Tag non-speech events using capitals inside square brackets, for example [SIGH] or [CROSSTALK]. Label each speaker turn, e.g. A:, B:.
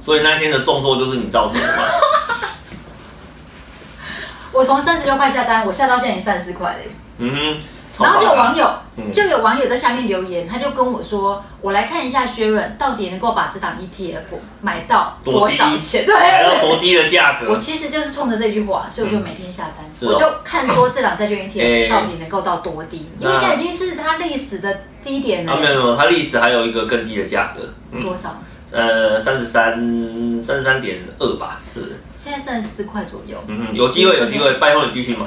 A: 所以那天的重挫就是你造成的吗？
B: [LAUGHS] 我从三十六块下单，我下到现在已经三十四块了耶。
A: 嗯哼，
B: 然后就有网
A: 友，
B: 友
A: 嗯，
B: 就有网友在下面留言，他就跟我说：“我来看一下薛润到底能够把这档 ETF 买到多少钱。”
A: 还
B: 对，
A: 要多低的价格
B: [LAUGHS] 我？其实就是冲着这句话，所以我就每天下单，
A: 是哦
B: 我就看说这档债券
A: [COUGHS] 哎
B: ETF 到底能够到多低，因为
A: 那
B: 现在已经是它历史的低点
A: 啊，
B: 了
A: 没有，没有，它历史还有一个更低的价格，嗯，
B: 多少？
A: 呃，三十三，三十三点二吧，是不是？
B: 现在三十四块左右。
A: 嗯哼，有机会有机会，拜托你继续买。